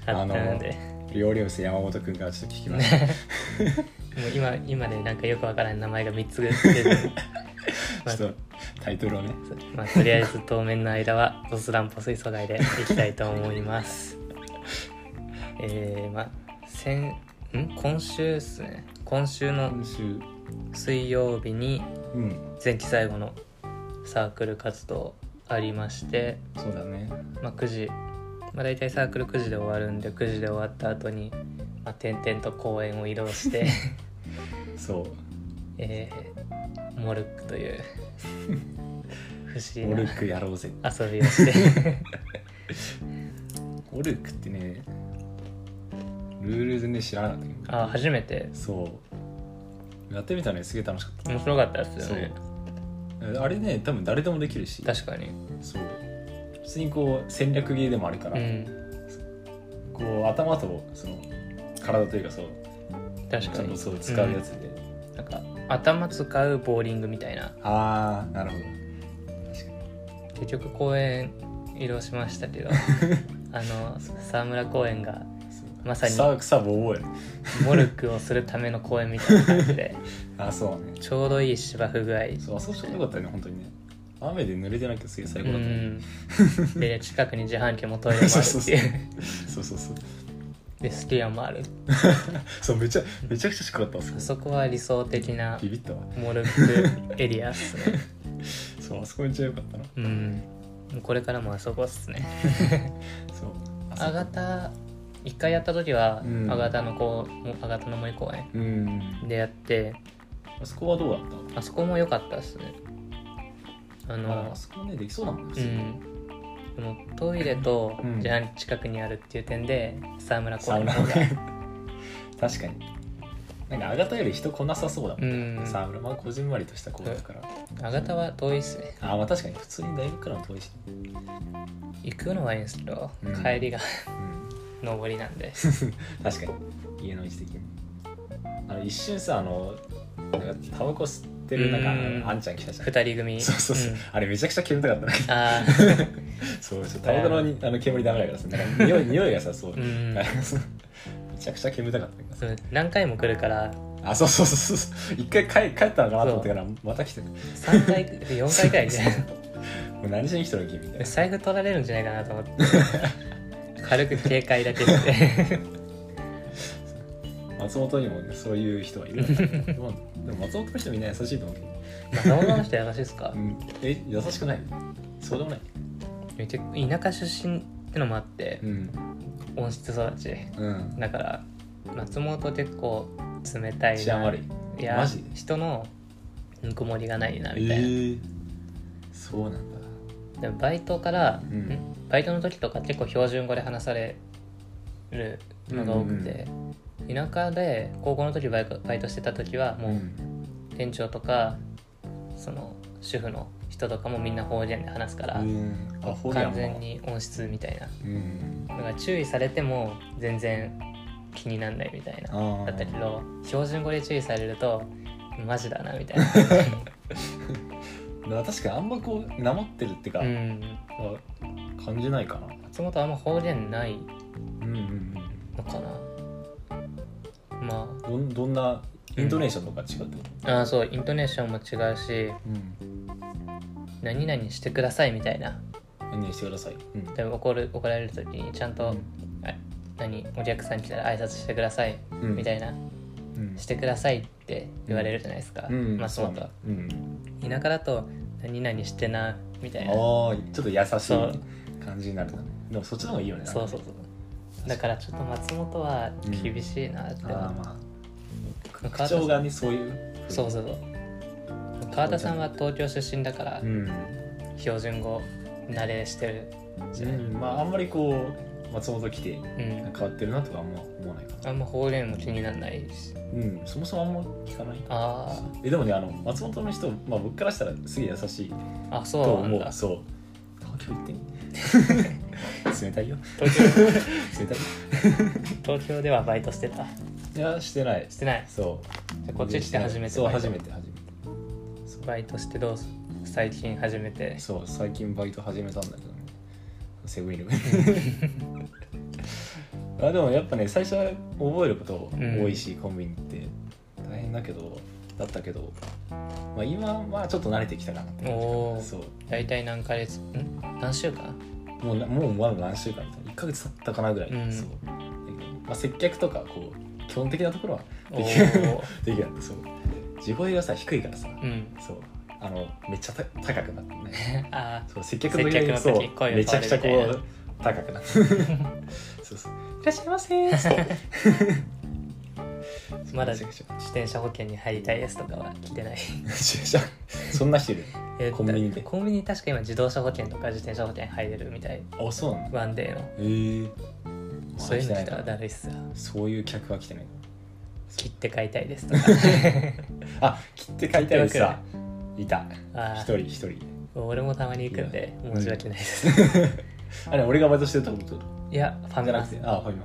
S1: あったので
S2: 料理薄山本君からちょっと聞きました
S1: もう今今ねなんかよくわからない名前が3つぐらい出てるまあ
S2: ちょっとタイトルをね
S1: まあ、とりあえず当面の間はドスランポ水素街でいきたいと思います。 えー、まあ先ん今週ですね今週の
S2: 今週
S1: 水曜日に
S2: うん
S1: 前期最後のサークル活動ありまして、
S2: そうだね
S1: まあ、9時、まあ、大体サークル9時で終わるんで9時で終わった後に、まあ、点々と公園を移動して、
S2: そ
S1: えーモルックという 不思
S2: う
S1: 議
S2: オ
S1: な
S2: ルクやろうぜ
S1: 遊びをして。
S2: オルクってねルール全然知らなかったけど
S1: あ初めて
S2: そうやってみたのにすげえ楽しかった
S1: 面白かったです
S2: そ
S1: よね
S2: うあれね多分誰でもできるし
S1: 確かに
S2: そう普通にこう戦略ゲーでもあるから、
S1: うん
S2: こう頭とその体というかそう
S1: 確
S2: ち
S1: か
S2: ゃんと
S1: に
S2: そう使うやつで、
S1: うんなんか頭使うボーリングみたいな
S2: ああなるほど確か
S1: 結局公園移動しましたけ どあの沢村公園が
S2: にそう
S1: まさに
S2: 草草ぼうぼうやね
S1: モルックをするための公園みたいな感じで
S2: あそうね
S1: ちょうどいい芝生具合
S2: そうあそこちょうどよかったね本当にね雨で濡れてなくてすげえ最
S1: う
S2: 高だったね、
S1: んで近くに自販機もトイレもある
S2: そうそう
S1: って
S2: そう
S1: いう
S2: そうそうそう
S1: でスキヤもある
S2: そうめちゃめちゃくちゃしかったあそ
S1: あ
S2: こ
S1: そこは理想的な
S2: ビビったわ
S1: モルックエリアっす ね
S2: そうあそこめっちゃよかったな
S1: うんもうこれからもあそこっすね
S2: そうあそこ
S1: あがた一回やった時は、
S2: うん
S1: あがたのこうもあがたの森公園
S2: うん
S1: でやって
S2: あそこはどうだった
S1: あそこも良かったですねあ
S2: あ
S1: の
S2: あそこねできそうなん
S1: う
S2: だ
S1: んでもトイレと
S2: うん
S1: 自販機近くにあるっていう点で沢村公
S2: サウ
S1: 園の
S2: ナ
S1: 方
S2: も
S1: が
S2: ね確かになんかあがたより人来なさそうだも、
S1: うんん
S2: サウナまあこじんまりとした子だから、
S1: あがたは遠いですね
S2: ああまあ確かに普通に大学からも遠いし、
S1: 行くのはいいんですけど、
S2: うん
S1: 帰りが
S2: うん、
S1: 上りなん で
S2: 確かに家の位置的にあの一瞬さあのなんかタバコ吸ってるなんか、
S1: うん
S2: あんちゃん来たじゃん
S1: 二人組
S2: そうそうそう、
S1: ん
S2: あれめちゃくちゃ煙たかったね
S1: あー
S2: そうそうタバコのにあの煙ダメだからさなん か匂い匂いがさそう、
S1: うん
S2: なんかそうめちゃくちゃ煙たかったけど
S1: そ
S2: さ
S1: う何回も来るから
S2: あそうそうそうそう一回帰帰ったのかなと思ってからまた来ても
S1: 3回4回くらいね
S2: う何しに来たの君みたいな
S1: 財布取られるんじゃないかなと思って軽く警戒だけして
S2: 松本にも、ね、そういう人はいるんだねでもでも松本の人みんな優しいと思うけ
S1: ま
S2: ど、
S1: あ女の人優しいですか
S2: うん、え優しくないそうでもない
S1: めっちゃ田舎出身ってのもあって
S2: うん
S1: 温室育ち
S2: うん
S1: だから松本結構冷たいな
S2: 治安悪い
S1: いや
S2: マジで
S1: 人のぬくもりがないな
S2: え
S1: みたいな、
S2: ー、そうなんだ
S1: でもバイトから、
S2: ん
S1: んバイトの時とか結構標準語で話されるのが多くて、田舎で高校の時バイトバイトしてた時はもう、
S2: ん
S1: 店長とかその主婦の人とかもみんな方言で話すから、
S2: うんあほうや
S1: 完
S2: ん
S1: 全に音質みたいな
S2: うん
S1: だから注意されても全然気にならないみたいな
S2: あ
S1: だったけ
S2: あ
S1: ど標準語で注意されるとマジだなみたいな
S2: 確かにあんまこうなまってるっていうか、
S1: うん
S2: あ感じないかな
S1: 松本あんま方言ない
S2: うんうん
S1: のかなま
S2: うんどんどんなイントネーションとか違うってこと
S1: ああーそうイントネーションも違うし
S2: うん
S1: 何々してくださいみたいな
S2: 何々してください、うん
S1: でも怒る怒られる時にちゃんと、あ何お客さん来たら挨拶してください
S2: うん
S1: みたいな、
S2: うん
S1: してくださいって言われるじゃないですか、
S2: うん、
S1: 松
S2: そう
S1: 本
S2: だ
S1: は
S2: ねうん、
S1: 田舎だと「何々してな」みたいな
S2: ああちょっと優し
S1: そう
S2: い感じになるねでもそっちの方がいいよね
S1: そうそううそうだからちょっと松本は厳しいなって思う、
S2: ああま
S1: 川
S2: あ
S1: 田
S2: 口
S1: さん
S2: 調がねそういう
S1: そうそうそう川田さんは東京出身だから
S2: うん、
S1: 標準語慣れしてるじゃない、
S2: うん、まああんまりこう松本来て
S1: うん
S2: 変わってるなとかあんま思わないかな
S1: あんま方言も気にならないし
S2: うんそもそもあんま聞かない
S1: あ
S2: えでもねあの松本の人、まあ、僕からしたらすげえ優しい
S1: ーあ
S2: と
S1: そうな
S2: 思
S1: ん
S2: う
S1: だ
S2: そう東京行ってみ 冷たいよ
S1: 東京
S2: 冷たい
S1: 東京ではバイトしてた
S2: いやしてない
S1: してない
S2: そう
S1: じゃあこっち来て初めて
S2: そう
S1: バイト
S2: 初めて初めて
S1: バイトしてどうす最近初めて
S2: そう最近バイト始めたんだけどねセブンイレブ ンあでもやっぱね最初は覚えること多いし、コンビニって大変だけどだったけど、まあ、今はちょっと慣れてきたかなって感じか
S1: お
S2: な
S1: ー
S2: そう
S1: 大体何ヶ月ん何週間
S2: もうなもうまだ何週間みたいな1ヶ月経ったかなぐらい、
S1: うん
S2: そうだけどまあ、接客とかこう基本的なところは
S1: お
S2: でき
S1: ー
S2: できるんだそう自己費がさ低いからさ、
S1: うん
S2: そうあのめっちゃた高くなってね
S1: あ
S2: そう接客の時
S1: 接客の時
S2: そう
S1: 声を取る
S2: めちゃくちゃこ
S1: みたいう
S2: 高 くなってそうそういらっしゃいませーそう
S1: ー まだ
S2: めち
S1: 自
S2: ゃくちゃ
S1: 転車保険に入りたいですとかは来てない
S2: 駐車 そんな人いる
S1: えっと
S2: コンビニで
S1: コンビニ確か今自動車保険とか自転車保険入れるみたい
S2: あそうなんだ
S1: ワンデーの
S2: えーまだ
S1: そういうの
S2: 来
S1: 来た
S2: てな
S1: ら
S2: いか
S1: だるいっす わ
S2: そういう客は来てない
S1: 切って買いたいですとか
S2: あ切って書いてあるさいた
S1: あ
S2: 一
S1: ー
S2: 人一人
S1: 俺もたまに行くんで
S2: いや
S1: 申し訳ないです、
S2: あれ俺がバイトしてたこと
S1: いやファ
S2: じ
S1: ミ
S2: ゃな
S1: マ
S2: く
S1: ス
S2: てあファミ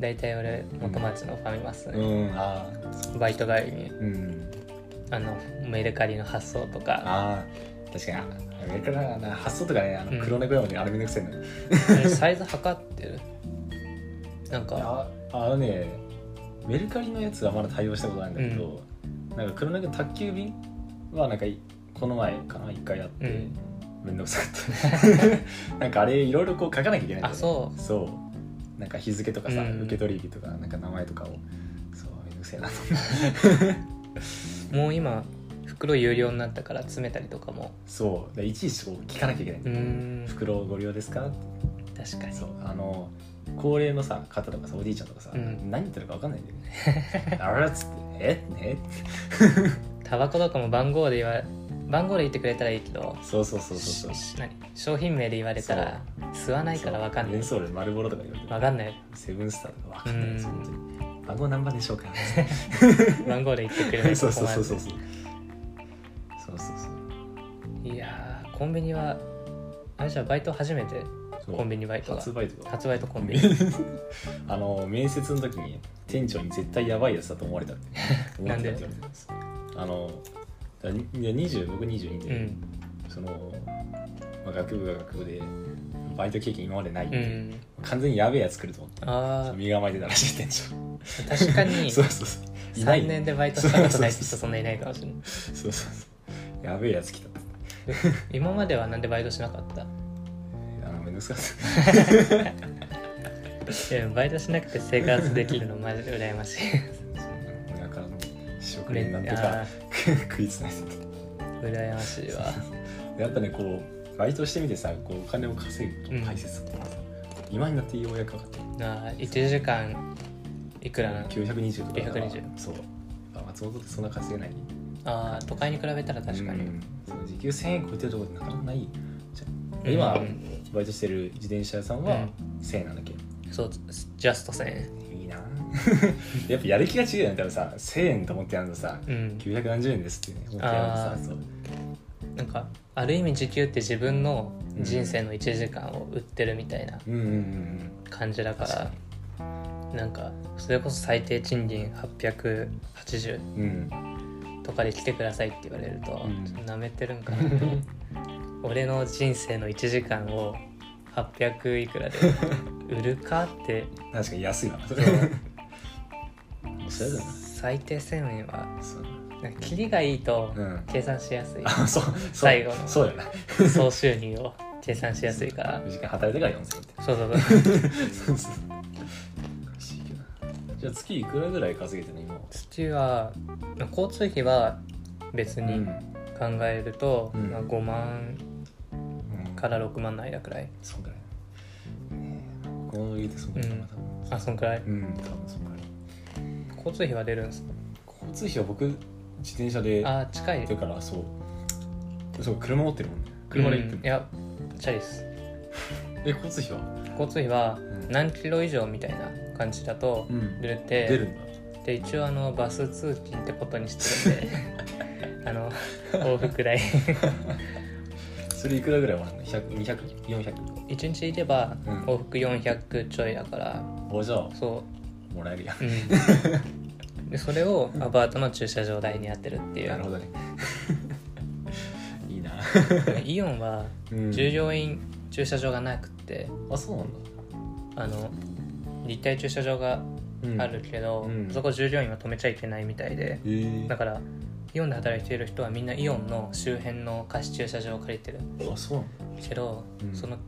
S1: 大体俺元町のファミマス、
S2: マうんあ
S1: バイト帰りに
S2: ーうん
S1: あのメルカリの発送とか
S2: あー確かにああれからな発想とかねあ
S1: うん
S2: の黒猫山にあれめんどくせえんだよ
S1: あれサイズ測ってるなん
S2: い
S1: か
S2: やあのねメルカリのやつはまだ対応したことないんだけど、なんか黒猫の宅急便はなんかいこの前かな一回やっ
S1: う
S2: て、
S1: ん
S2: めんどくさかった なんかあれいろいろこう書かなきゃいけないんだよね
S1: あそう
S2: そうなんか日付とかさ、
S1: うん
S2: 受け取り日とかなんか名前とかをそうめんどくせえなと思って
S1: もう今袋有料になったから詰めたりとかも
S2: そうでいちいちこう聞かなきゃいけないん
S1: う
S2: だよ、
S1: ーん
S2: 袋をご利用ですかって
S1: 確かに
S2: そうあの高齢のさ方とかさおじいちゃんとかさ、
S1: うん
S2: 何言ってるか分かんないんだよね あらっつってえね
S1: タバコとかも番号で言わ番号で言ってくれたらいいけど
S2: そうそうそうそうそう
S1: し何商品名で言われたら吸わないから分かんな
S2: メ
S1: い
S2: ンソール丸ボロとか言われて
S1: 分かんない
S2: セブンスターとか分かんないです
S1: うん
S2: 本当に番号何番でしょうか
S1: 番号で言ってくれない
S2: そ
S1: と
S2: う
S1: 困
S2: そうそう
S1: る
S2: そうそうそうそうそう
S1: いやーコンビニはあれじゃあバイト初めて
S2: そう
S1: コンビニバイトが
S2: 発売とか
S1: 発売とコンビニ
S2: あの面接の時に店長に絶対やばいやつだと思われたって思ってたって言われたんですあのだにいや20僕22
S1: う
S2: で、
S1: ん
S2: その、まあ、学部が学部でバイト経験今までないん
S1: う
S2: で、
S1: ん
S2: 完全にやべえやつ来ると思って
S1: あ
S2: 身構えてたらしい店長
S1: あ確かに
S2: そうそうそういない
S1: 3年でバイトしたことないって人そんないないかもしれない
S2: そうそうそうやべえやつ来た
S1: 今まではなんでバイトしなかった
S2: あのめんどくさかっ
S1: でもバイトしなくて生活できるのマジで羨 ましい
S2: ただからもう一生懸
S1: め
S2: 命
S1: っ
S2: なんと
S1: あ
S2: か食いつないで
S1: ー羨ましい わ
S2: やっぱねこうバイトしてみてさこうお金を稼ぐことの大切さ、今になってようやく分かって
S1: あー1時間いくらな
S2: 920とかだから
S1: 920
S2: そうまあ松本ってそんな稼げない
S1: あー都会に比べたら確か
S2: う
S1: に
S2: んその時給1000円超えてるところってなかなかないじゃん
S1: うん
S2: 今、
S1: うん
S2: バイトしてる自転車屋さん
S1: う
S2: は
S1: ん
S2: 1000円なんだっけ、
S1: そうジャスト1000円
S2: いいな やっぱやる気が違うよね多分さ1000円と思ってやるのさ
S1: うん
S2: 970円ですってね思ってやるのさ
S1: あー
S2: そう
S1: なんかある意味時給って自分の人生の1時間を売ってるみたいな
S2: うんうんうんうん
S1: 感じだか、
S2: 確から
S1: なんかそれこそ最低賃金880
S2: うん、
S1: とかで来てくださいって言われると、
S2: うん
S1: ちょっと舐めてるんかな って思う俺の人生の1時間を800いくらで売るかって
S2: 確かに安いわ それは
S1: そ
S2: おしゃれだな
S1: う最低1000円は
S2: そう
S1: なんかキリがいいと
S2: うん
S1: 計算しやすい、
S2: あそうそう
S1: 最後の
S2: そうだよな
S1: 総収入を計算しやすいから
S2: 時間働いてから4000円って
S1: そうそうそう
S2: そうそうおかしいけどなじゃあ月いくらぐらい稼げてるの
S1: 土は交通費は別
S2: 今
S1: に考えると、
S2: うん
S1: まあ、5万
S2: うん
S1: から6万の間くらい
S2: そんぐらいねえ高校の家ってそんぐらいかな、
S1: うん
S2: 多分
S1: あそんくらい
S2: うん多分そんぐらい
S1: 交通費は出るんです
S2: 交通費は僕自転車で
S1: あ近い
S2: だからそうそう車持ってるもんね車で行って
S1: うんいやチャリです
S2: え交通費は
S1: 交通費は
S2: ん
S1: 何キロ以上みたいな感じだと
S2: うん
S1: 出るって、
S2: 出るんだ
S1: で一応あのバス通勤って ことにしてるんであの往復代
S2: それいくらぐらいもらうの100200400400
S1: 一日いれば
S2: うん
S1: 往復400ちょいだから
S2: おじゃあ
S1: そ
S2: もらえるや
S1: う、 うん、でそれをアパートの駐車場代にやってるってい
S2: なるほ
S1: う
S2: どね いいな
S1: イオンは
S2: うん
S1: 従業員駐車場がなくって
S2: あそうなんだ
S1: あの立体駐車場が
S2: うん
S1: あるけど、
S2: うん
S1: そこ従業員は止めちゃいけないみたいで
S2: へえ
S1: だからイオンで働いている人はみんなイオンの周辺の貸し駐車場を借りてる
S2: あそうなん
S1: けど、
S2: うん
S1: その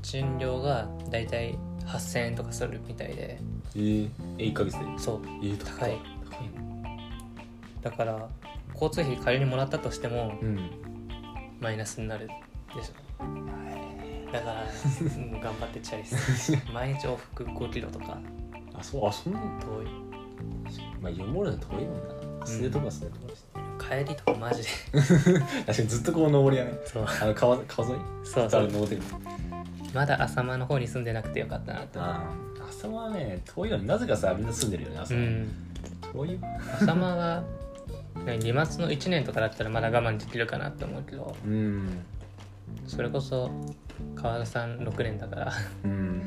S1: 賃料がだいたい8000円とかするみたいで
S2: えー、え1ヶ月で
S1: そう
S2: えー、
S1: 高い
S2: 高いな
S1: だから交通費仮にもらったとしても
S2: うん
S1: マイナスになるでしょ だから、うん頑張ってチャリす 毎日往復5キロとか
S2: あそうあそんな
S1: 遠い
S2: まあ読もるの遠いもんな捨てとか捨てとかして
S1: 帰りとかマ ジで
S2: 確かにずっとこう登りやね
S1: そう
S2: あの川川沿い
S1: そう
S2: ザ
S1: そ
S2: ル
S1: う
S2: 登ってる
S1: まだ浅間の方に住んでなくてよかったなって思う
S2: ああ浅間はね遠いのになぜかさみんな住んでるよね
S1: う
S2: 浅間、
S1: ん
S2: 遠いよ
S1: 浅間はね期末の1年とかだったらまだ我慢できるかなって思うけど
S2: うん
S1: それこそ川田さん6年だ から
S2: うん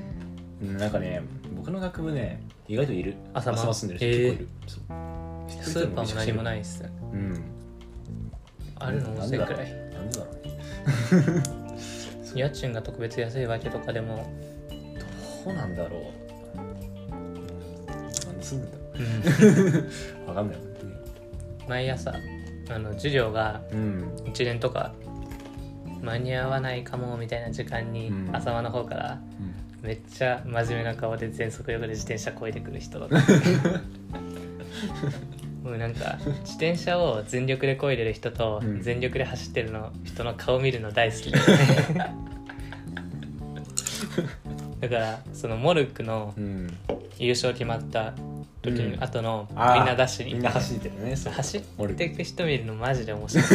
S2: なんかね僕の学部ね意外といる
S1: 浅間
S2: 住んでる人結構いる、そう
S1: スーパーも何もないいっす
S2: うん
S1: あるの
S2: な
S1: 5
S2: んで
S1: 0
S2: だ
S1: く
S2: ろう
S1: らい
S2: なんでだろうね
S1: 家賃が特別安いわけとかでも、
S2: どうなんだろううんなんで住んでんだろうわかんないよね
S1: 毎朝あの授業が
S2: うん
S1: 一連とか間に合わないかもみたいな時間に、
S2: うん
S1: 朝間の方からめっちゃ真面目な顔で全速力で自転車こいでくる人と かもうなんか自転車を全力でこいでる人と
S2: うん
S1: 全力で走ってるの人の顔見るの 大好きでだからそのモルックの
S2: うん
S1: 優勝決まった時
S2: う
S1: の
S2: ん
S1: 後のみん
S2: あー
S1: なダッシュに
S2: みんな走ってるねそう
S1: 走っ
S2: モル
S1: て
S2: ッ
S1: いく人見るのマジで面白い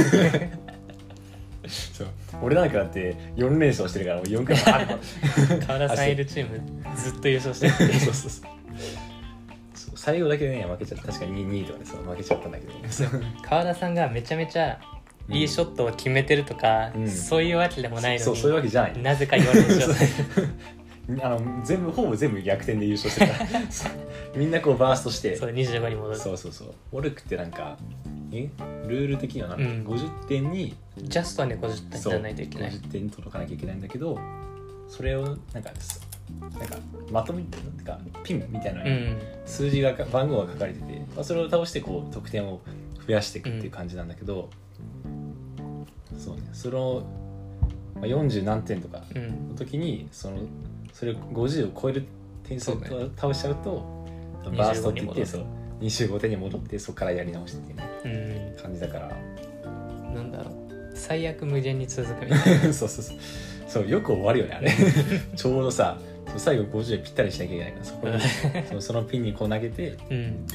S2: そう俺なんかだって4連勝してるからもう4回もある
S1: 川田さんいるチームずっと優勝してる
S2: そうそうそうそう最後だけね負けちゃった確かに2位とかでそう負けちゃったんだけどね
S1: 川田さんがめちゃめちゃいいショットを決めてるとか、
S2: うん
S1: そういうわけでもない
S2: そ
S1: の
S2: うそういう
S1: に
S2: わけじゃない
S1: なぜか4連
S2: そ
S1: 勝
S2: うあの全部ほぼ全部逆転で優勝してるからそうみんなこうバースト して
S1: そう25に戻る
S2: そうそうそうモルックってなんかえルール的にはなんか
S1: うん
S2: 50点に、
S1: ジャストに50点じ
S2: そう
S1: ゃないといけない
S2: 50点届かなきゃいけないんだけどそれをなんかなんかまとめてなんかピンみたいなの
S1: う
S2: に
S1: ん
S2: 数字がか番号が書かれてて、まあ、それを倒してこう得点を増やしていくっていう感じなんだけど、そうねその、まあ、40何点とか
S1: うん
S2: の時にそのそれを50を超える点数を
S1: そう
S2: 倒しちゃうとバーストって言って
S1: 25
S2: そう25点に戻ってそこからやり直してっていうね
S1: う
S2: 感じだから
S1: んなんだろう最悪無限に続くみたい な
S2: そうそうそうそうよく終わるよね あれちょうどさそう最後50でぴったりしなきゃいけないからそこに そのそのピンにこう投げて
S1: うん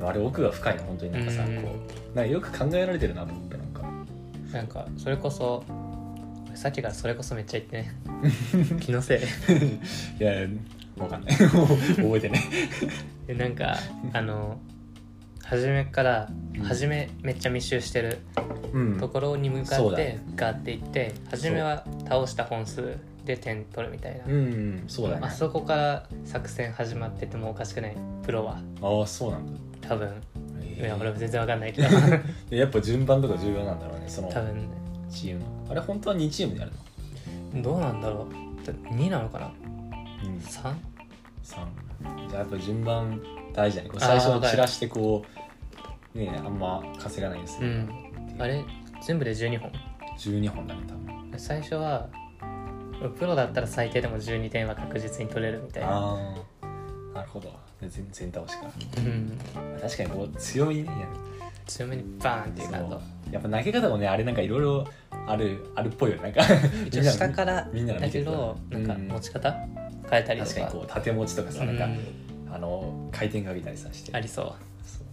S2: あれ奥が深いの本当になんかさ、
S1: うん
S2: こうなんかよく考えられてるなと思ったなんか
S1: なんかそれこそさっきからそれこそめっちゃ言って ね気のせい
S2: いやわ かんない覚えてない
S1: でなんかあの初めから
S2: うん
S1: 初めめっちゃ密集してる
S2: うん
S1: ところに向か
S2: そう
S1: っ
S2: だ
S1: て
S2: ね
S1: ガーって行って初めは倒した本数で点取るみたいな、
S2: うんそうだね
S1: あそこから作戦始まっててもおかしくないプロは
S2: ああそうなんだ、
S1: 多分い
S2: え
S1: や
S2: ー
S1: 俺も全然わかんないけ ど
S2: でやっぱ順番とか重要なんだろうねその
S1: 多分ね
S2: チームのあれ本当は2チームでやるの、
S1: どうなんだろうだ2なのかな
S2: うん、
S1: 3?
S2: 3じゃあやっぱ順番大事だねこう最初
S1: あーわ
S2: の
S1: かる
S2: 散らしてこうねあんま稼がないです
S1: う
S2: ね、
S1: んあれ全部で12本
S2: 12本だね多分
S1: 最初はプロだったら最低でも12点は確実に取れるみたいな、
S2: ああなるほどで全全倒しか
S1: うん、
S2: 確かにこう強いねいや
S1: 強めにバーンっていう
S2: そう
S1: かと
S2: やっぱ投げ方もねあれなんかいろいろあるあるっぽいよねなんか
S1: 一応下から
S2: みんなが
S1: だ
S2: 見
S1: け
S2: てる
S1: どなんか
S2: うん
S1: 持ち方、変えたり
S2: 確
S1: と
S2: かに
S1: か
S2: こう縦持ちとかさ、
S1: うん
S2: なんかあの回転かけたりさして
S1: ありそう
S2: そう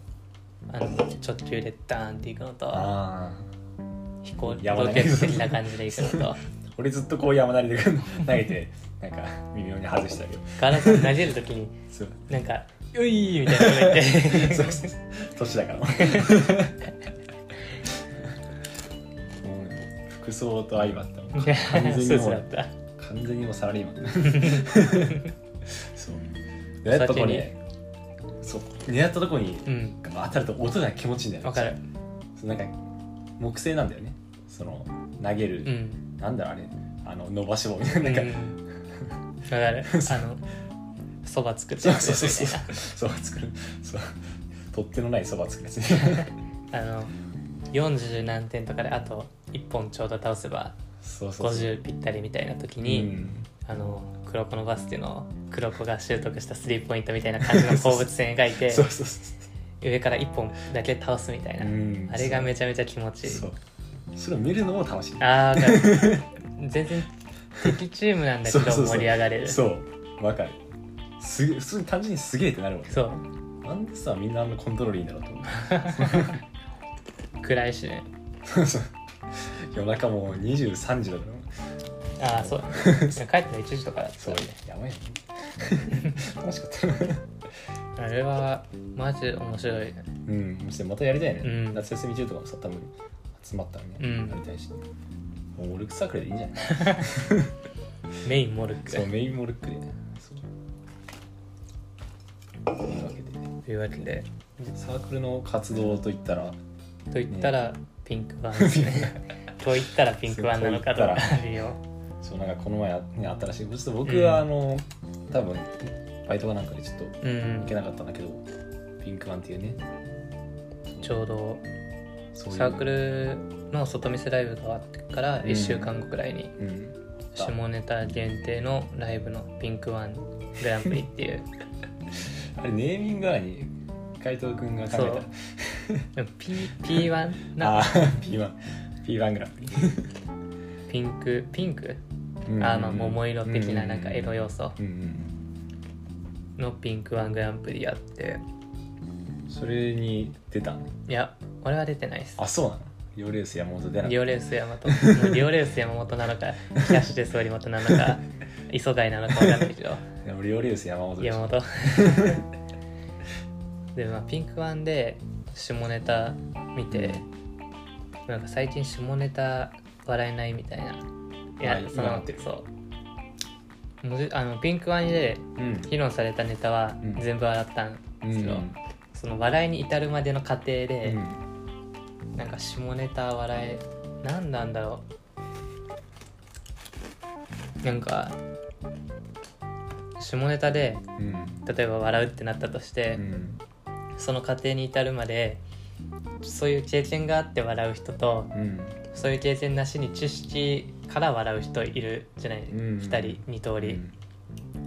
S1: あの直球でダーンっていくのと
S2: ああ
S1: 飛行
S2: やば
S1: ロ
S2: い
S1: ケット的な感じでいくのと
S2: 俺ずっとこう山なりで 投げてなんか微妙に外したけど
S1: ガラス投げるときに
S2: そう
S1: なんか「よい!」みたいなのが言って
S2: そうそうそう年だからもう服装と相まってもう
S1: いや
S2: 完全
S1: ス
S2: に
S1: ー
S2: も
S1: ツだ
S2: う
S1: った
S2: 完全にもうサラリーマンそう狙ったとこにねそう狙ったとこに
S1: うん
S2: 当たると音が気持ちいいんだよね
S1: わかる
S2: そうなんか木製なんだよねその投げる、
S1: うん
S2: なんだろうあれあの伸ばし棒みたいな
S1: う
S2: なんんか、
S1: わかるあのそば作って
S2: そう
S1: る
S2: そうそうそう
S1: みたい
S2: そば作るそう取っ手のないそば作るやつ
S1: なあの40何点とかであと1本ちょうど倒せば
S2: そうそうそう
S1: 50ぴったりみたいな時
S2: う
S1: に、
S2: ん
S1: あの黒子のバスケの黒子が習得したスリーポイントみたいな感じの放物線描いて
S2: そうそうそ
S1: 上から1本だけ倒すみたいな、
S2: う、うん
S1: あれがめちゃめちゃ気持ちいい
S2: そうそれを見るのも楽しい
S1: ああ分かる全然敵チームなんだけ
S2: そうそうそ
S1: ど
S2: う
S1: 盛り上がれるそう
S2: そうわかるすげ普通に単純にすげえってなるもんなんでさみんなあんなコントロールいいんだろうと思
S1: 暗いしね
S2: うそう夜中もう23時だから
S1: ああそう帰ったら1時とかだった
S2: そ
S1: よ
S2: う
S1: ね
S2: や ばいね楽しかった
S1: あれはマジ面白いね
S2: うんそしてまたやりたいね、
S1: うん
S2: 夏休み中とかもさ多分集まったらね、
S1: うん
S2: やりたいしもうモルックサークルでいいんじゃない
S1: メインモルック
S2: そう
S1: と
S2: メインモルックでそうというわけ
S1: い
S2: で
S1: うわけで
S2: サークルの活動といったら
S1: と言ったらピンクワンです ねと言ったらピンクワンなのかと
S2: そう
S1: か
S2: と言
S1: あるよ
S2: そうなんかこの前、ね、新しいちょっと僕はあの、多分バイトかなんかでちょっと
S1: うん
S2: 行けなかったんだけどピンクマンっていうね
S1: ちょうど
S2: そういう
S1: サークルの外見せライブが終わってから
S2: うん
S1: 1週間後くらいに
S2: うん
S1: 下ネタ限定のライブのピンクワングランプリって いう
S2: あれネーミングはに海藤君が考えた
S1: でも P- P1
S2: あ
S1: な
S2: あ P1 P1 グランプリ、
S1: ピンクピンク
S2: うん
S1: あーまあ桃色的ななんかエロ
S2: い
S1: 要素
S2: うんうん
S1: のピンクワングランプリやって
S2: うんそれに出たの
S1: いや俺は出てないです
S2: あそうなのヨレウス山本出な
S1: リ
S2: かっ
S1: オレウス山本もうリオレウス山本なの かキャッシュデス折本なのか磯貝なのか分かんないけど
S2: た俺ヨレウス山本でし
S1: 山
S2: ょ
S1: 本 でまあピンクワンで下ネタ見てなんか最近下ネタ笑えないみたいないや、
S2: あ
S1: そ
S2: 今な
S1: の
S2: ってる
S1: そうむずあのピンクワンで
S2: うん
S1: 議論されたネタは
S2: うん
S1: 全部笑ったん
S2: う
S1: です
S2: ん
S1: けど、その笑いに至るまでの過程で
S2: う、
S1: なんか下ネタ笑い何なんだろうなんか下ネタで
S2: ん
S1: 例えば笑うってなったとして
S2: う、ん
S1: その過程に至るまでそういう経験があって笑う人と
S2: うん
S1: そういう経験なしに知識から笑う人いるじゃない、
S2: うんうん
S1: 2人2通り、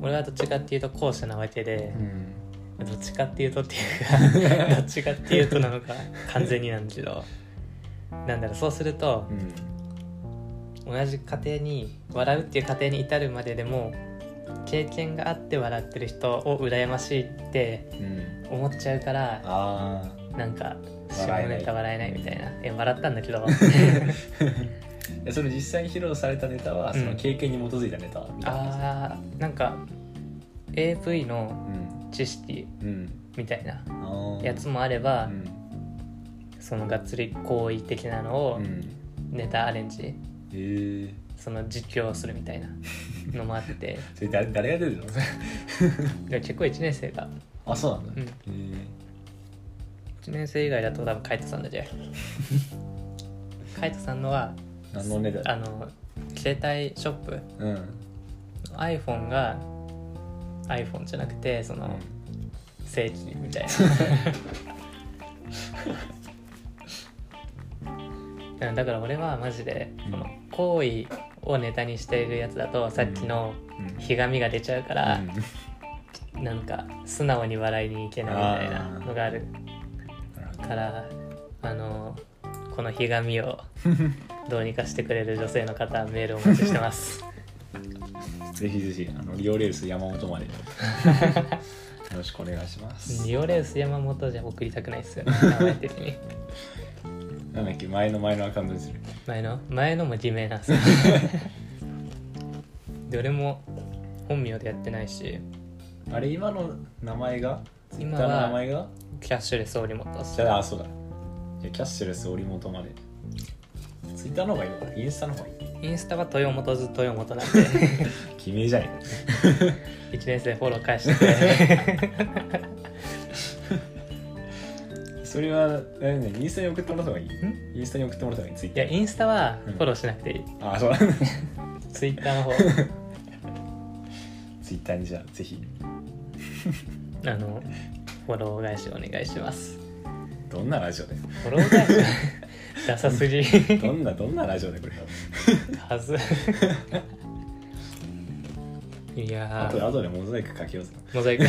S1: 俺はどっちかっていうと後者なわけで
S2: う、ん
S1: どっちかっていうとっていう かどっちかっていうとなのか完全になんだけどなんだろうそうすると
S2: うん
S1: 同じ家庭に笑うっていう家庭に至るまででも経験があって笑ってる人を羨ましいって
S2: うん
S1: 思っちゃうから
S2: ああ
S1: なんか下
S2: 笑えない
S1: ネタ笑えないみたいなえ笑ったんだ けど
S2: でそれ実際に披露されたネタは
S1: うん
S2: その経験に基づいたネタみたいな感
S1: あーなんか AV の
S2: じ
S1: 知識
S2: うんうん
S1: みたいな
S2: あー
S1: やつもあれば、
S2: うん
S1: そのがっつり行為的なのを
S2: うん
S1: ネタアレンジ、
S2: えー
S1: その実況をするみたい なのもあって
S2: それ誰誰が出るの
S1: で結構1年生が、
S2: あそうなんだ
S1: うん、
S2: えー
S1: 1年生以外だと多分カイトさんだ けカイトさんのは
S2: 何のネタ
S1: あの携帯ショップ
S2: うん
S1: iPhone が iPhone じゃなくてその正規みたいなうんだから俺はマジで
S2: うん
S1: この行為をネタにしているやつだとさっきの
S2: うん
S1: ひがみが出ちゃうから、
S2: うん
S1: なんか素直に笑いにいけないみたいなのがあるからあのこのひが みをどうにかしてくれる女性の方メールをお待ちしてます
S2: ぜひぜひあのリオレース山本 までよろしくお願いします
S1: リオレース山本じゃ送りたくないっすよね名前的に
S2: なんだっけ前の前のアカウントにする
S1: 前の前のも偽名なんす よどれも本名でやってないし
S2: あれ今の名前が
S1: 今
S2: 歌の名
S1: は
S2: 前が
S1: キャッシュレス折本っす
S2: じゃああそうだじゃあキャッシュレス折元までツイッターの方がいいのかなインスタの方がいい
S1: インスタは豊本ず豊本なん で
S2: 決めじゃねえ
S1: 1年生フォロー返してて
S2: それはあれねインスタに送ってもらった方がいい
S1: ん
S2: インスタに送ってもらった方がいいツイッ
S1: い
S2: タ
S1: や
S2: ー
S1: インスタはフォローしなくていい、
S2: ああそう だ
S1: ツイッターの 方
S2: ツイッターにじゃあぜひ
S1: あのフォロー返しお願いします
S2: どんなラジオで
S1: フォロー返し ダサすぎ
S2: どんなどんなラジオでこれ
S1: は ずいや
S2: あと
S1: ー
S2: 後でモザイクかけようぜ
S1: モ ザイク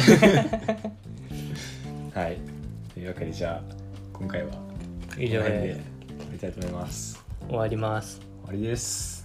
S2: はいというわけでじゃあ今回は
S1: 以上
S2: この辺
S1: で
S2: で終わりたいと思います
S1: 終わります
S2: 終わりです